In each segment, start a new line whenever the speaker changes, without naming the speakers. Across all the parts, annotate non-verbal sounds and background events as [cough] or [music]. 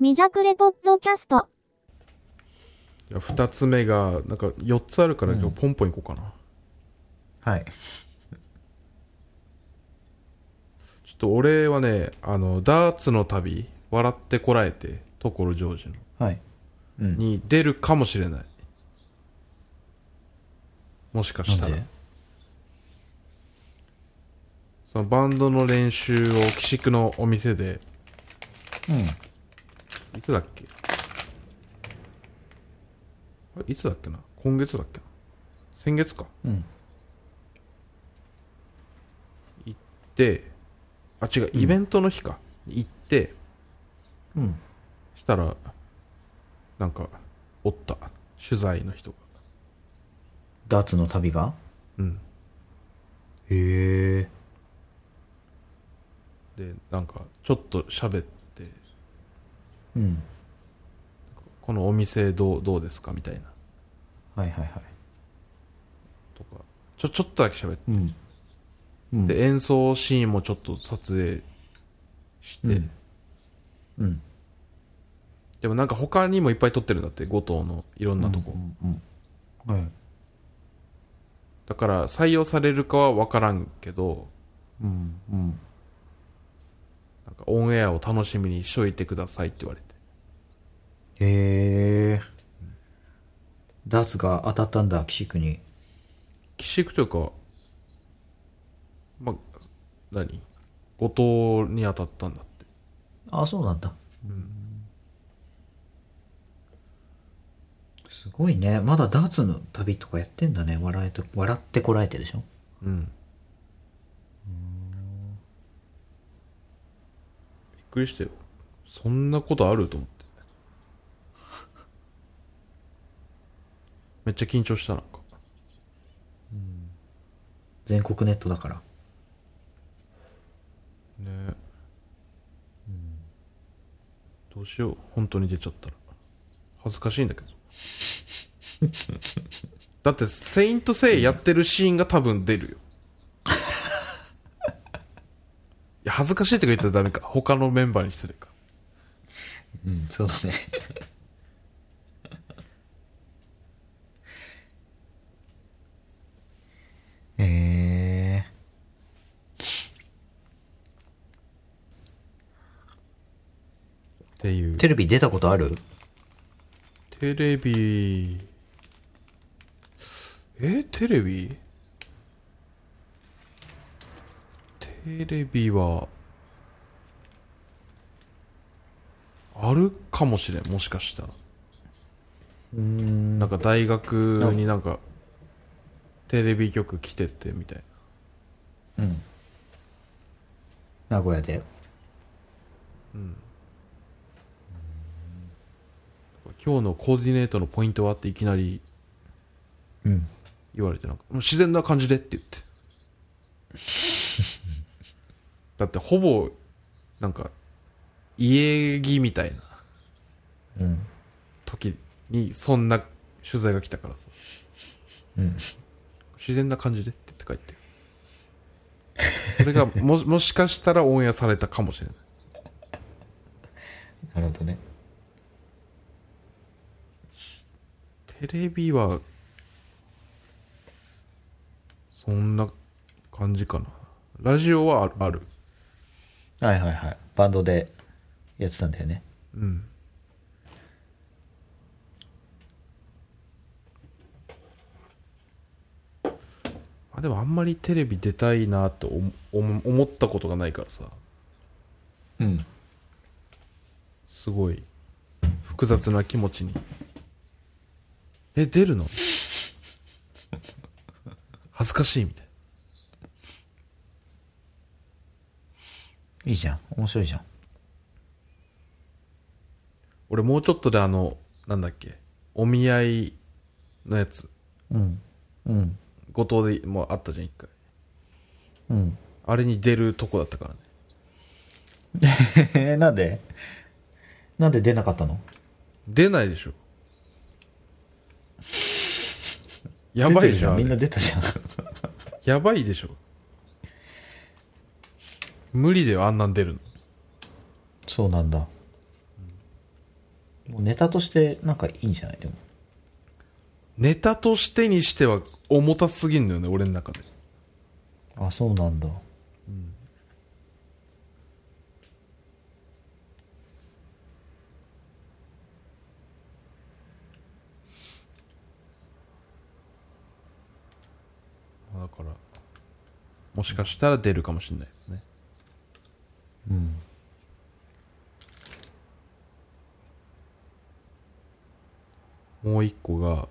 未着レポッドキャスト。
じゃあ2つ目がなんか4つあるから今日ポンポンいこうかな、
はい。
ちょっと俺はねあのダーツの旅笑ってこらえて所ジョージの
はい。うん。
に出るかもしれないもしかしたら
なんで
そのバンドの練習を寄宿のお店で
うん。
いつだっけあれいつだっけな今月だっけな先月か
うん。
であ違うイベントの日か、行って
うん。
したらなんかおった取材の人が
ダーツの旅が
うん
へえ。
でなんかちょっと喋って
うん。
このお店どうどうですかみたいな
はいはいは
とかちょちょっとだけ喋って、
い。うん。うん。
で演奏シーンもちょっと撮影して、
うん。うん。
でもなんか他にもいっぱい撮ってるんだって五島のいろんなとこ、
うん。うん。はい。
だから採用されるかは分からんけど
うん。うん。
なんかオンエアを楽しみにしといてくださいって言われて
へえ。ダーツが当たったんだ、岸君に。
寄宿というかまあ何後藤に当たったんだって
あ、そうなんだ。すごいね。まだダーツの旅とかやってんだね。笑えて、笑ってこらえてでしょ。
うんびっくりしたよそんなことあると思ってめっちゃ緊張したなんか
全国ネットだから。
ねえ、どうしよう本当に出ちゃったら恥ずかしいんだけど [laughs] だって「セイント・セイ」やってるシーンが多分出るよいや恥ずかしいって言ったらダメか他のメンバーに失礼か
うん、そうだね。 [laughs] え
っていう
ー、テレビ出たことある
テレビえテレビテレビはあるかもしれんもしかしたら
うん
なんか大学になんかテレビ局来ててみたいな
うん。名古屋で。
今日のコーディネートのポイントはっていきなり
うん。
言われてなんかもう自然な感じでって言って
[laughs]
だってほぼなんか家着みたいな
うん。
時にそんな取材が来たからさ
うん。
自然な感じでって書いてそれがももしかしたらオンエアされたかもしれない
なるほどね。
テレビはそんな感じかなラジオはあるある
はいはいはい。バンドでやってたんだよね。
うんあでもあんまりテレビ出たいなと思思思ったことがないからさ
うん。
すごい複雑な気持ちにえ出るの恥ずかしいみたい
いいじゃん。面白いじゃん。
俺もうちょっとであのなんだっけお見合いのやつ
うん。うん。
後藤でもあったじゃん一回
うん。
あれに出るとこだったからね
えー、 [laughs] なんでなんで出なかったの
出ないでしょ [laughs] やば
出て
い
る
じゃん
みん
あ
な
れ
出た [laughs] じゃん。
やばいでしょ無理だよあんなん出るの
そうなんだ。もうネタとしてなんかいいんじゃないでも
ネタとしてにしては重たすぎんのよね俺の中で
あそうなんだ
だからもしかしたら出るかもしれないですね
うん
もう一個が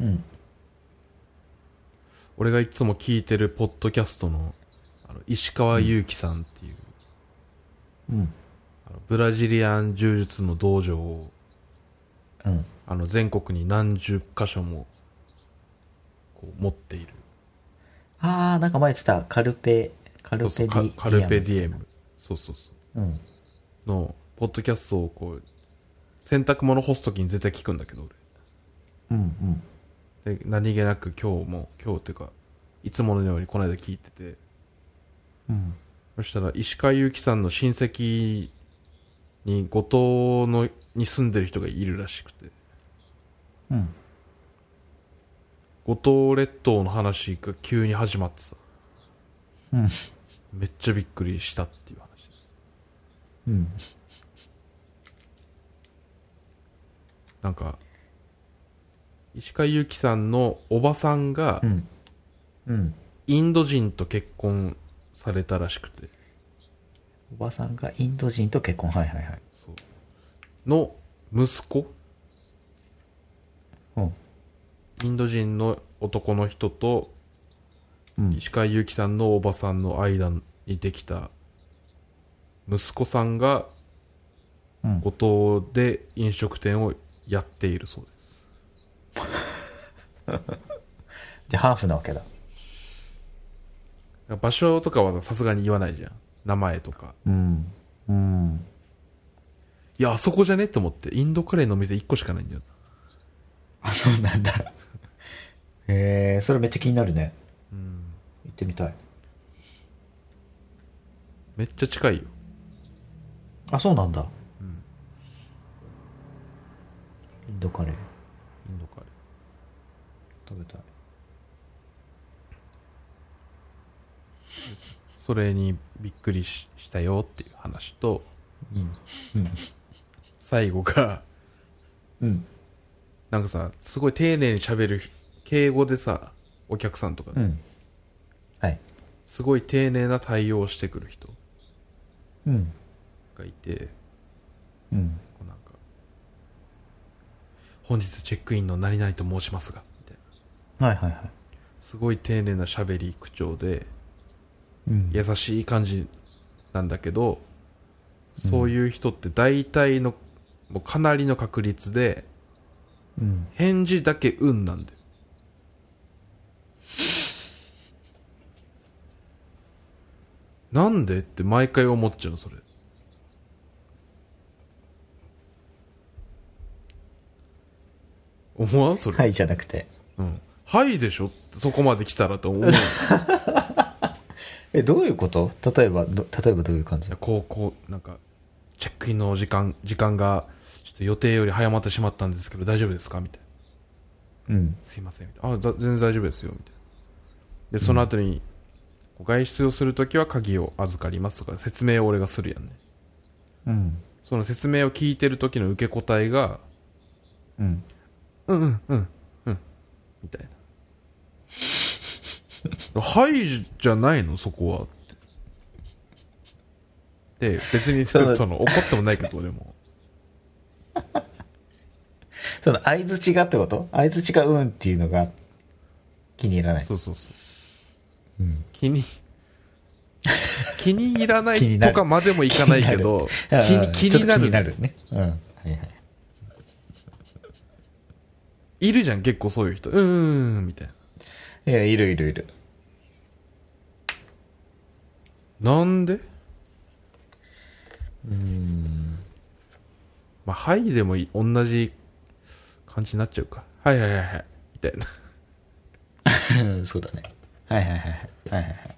うん
俺がいつも聞いてるポッドキャストのあの石川祐希さんっていう、
うん
あのブラジリアン柔術の道場を
うん
あの全国に何十箇所もこう持っている
ああなんか前言ってたカルペ
そ
カ
う
ル
そ
ペ
う
デ
カ
ィ
カルペデ
ィ
ィエムそうそうそ
うん
うのポッドキャストをこう洗濯物干す時に絶対聞くんだけど
うんうん
俺で何気なく今日も今日っていうかいつものようにこの間聞いてて
うん
そしたら石川祐希さんの親戚に五島のに住んでる人がいるらしくて
うん
五島列島の話が急に始まってさ
うん
めっちゃびっくりしたっていう話です
うん
なんか石川祐希さんのおばさんが
うんうん
インド人と結婚されたらしくて
おばさんがインド人と結婚はいはいはい
そうの息子
うん
インド人の男の人と
うん
石川祐希さんのおばさんの間にできた息子さんが
うん
五島で飲食店をやっているそうです
じゃあハーフなわけだ
場所とかはさすがに言わないじゃん名前とか
うんうん
いやあそこじゃねって思ってインドカレーの店1個しかないんだよ
あそうなんだへえそれめっちゃ気になるね
うん
行ってみたい
めっちゃ近いよ
あそうなんだ
うん
インドカレー
インドカレー
食べたい
それにびっくりししたよっていう話と
うん
最後が
うん
なんかさすごい丁寧に喋る敬語でさお客さんとか、
うんはい
すごい丁寧な対応をしてくる人
うん
がいて
うん
こうなんか「本日チェックインの何々と申しますが」みたいな
はいはいはい
すごい丁寧な喋り口調で
うん
優しい感じなんだけどそういう人って大体のもうかなりの確率で
うん
返事だけ「うん」なんだよなんでって毎回思っちゃうのそれ思わんそれ、
はいじゃなくて
うん、はいでしょそこまで来たらと
[laughs]
思うい
えどういうこと例えばど例えばどういう感じ
やこうこうなんかチェックインの時間時間がちょっと予定より早まってしまったんですけど大丈夫ですかみたいな
うん
すいませんみたいなあだ全然大丈夫ですよみたいなでその後に、外出をするときは鍵を預かりますとか説明を俺がするやんね
うん
その説明を聞いてる時の受け答えが
うん
うんうんうんうんみたいなはいじゃないのそこはってで別にそ
そう
の怒ってもないけど俺も
その相づちがってこと相づちがうんっていうのが気に入らない
そうそうそう
うん
気
[laughs]
に気に入らな
気に
い
な
と
る
かまでもいかないけど
あー
気に
ち
気
ょ
に
っと
な
気
る
になるねうんはいはい
いるじゃん結構そういう人うーんみたい
いやいるいるいる
ななんで
うん
まあはいでもいい同じ感じになっちゃうかはいはいはいはいみたいな
[laughs] そうだねはいはいはいはいはいはいはい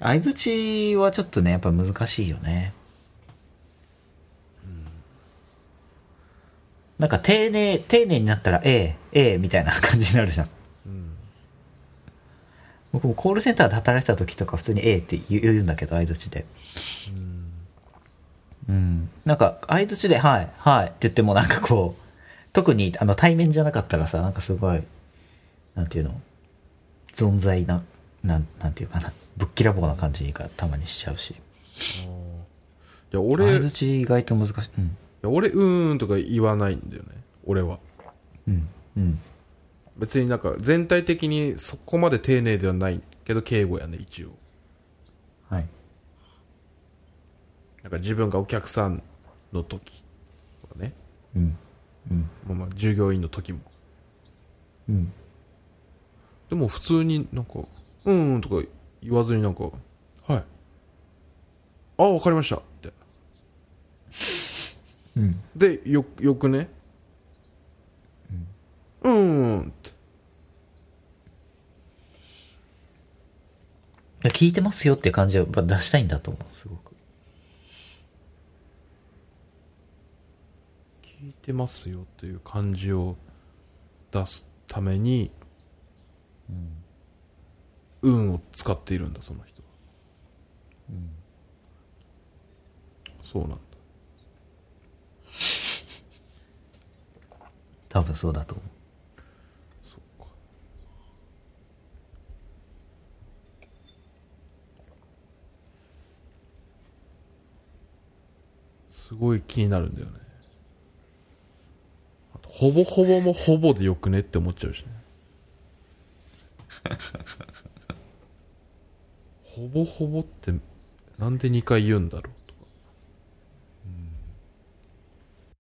相づちはちょっとねやっぱ難しいよねなんか丁寧、丁寧になったら、ええ、ええ、みたいな感じになるじゃん。
うん
僕もコールセンターで働いてた時とか普通に「ええ」って言う言うんだけど相づちでうんなんか相づちで「はいはい」って言ってもなんかこう特にあの対面じゃなかったらさなんかすごいなんていうの存在ななんなんていうかなぶっきらぼうな感じがたまにしちゃうし
いや
相
俺い
づち意外と難しいうん
や俺うーんとか言わないんだよね俺は
うんうん
別になんか全体的にそこまで丁寧ではないけど敬語やね一応
はい
なんか自分がお客さんの時とかね
うんうん
まあまあ従業員の時も
うん
でも普通になんか「うーん」とか言わずになんか「はい」「あわかりました」って
うん
でよよくね「うーん」って
いや聞いてますよっていう感じをやっぱ出したいんだと思うすごく
聞いてますよっていう感じを出すために「うん」を使っているんだその人は、そうなんだ
多分そうだと思う
そっかすごい気になるんだよねあとほぼほぼもほぼでよくねって思っちゃうしねほぼほぼってなんで2回言うんだろう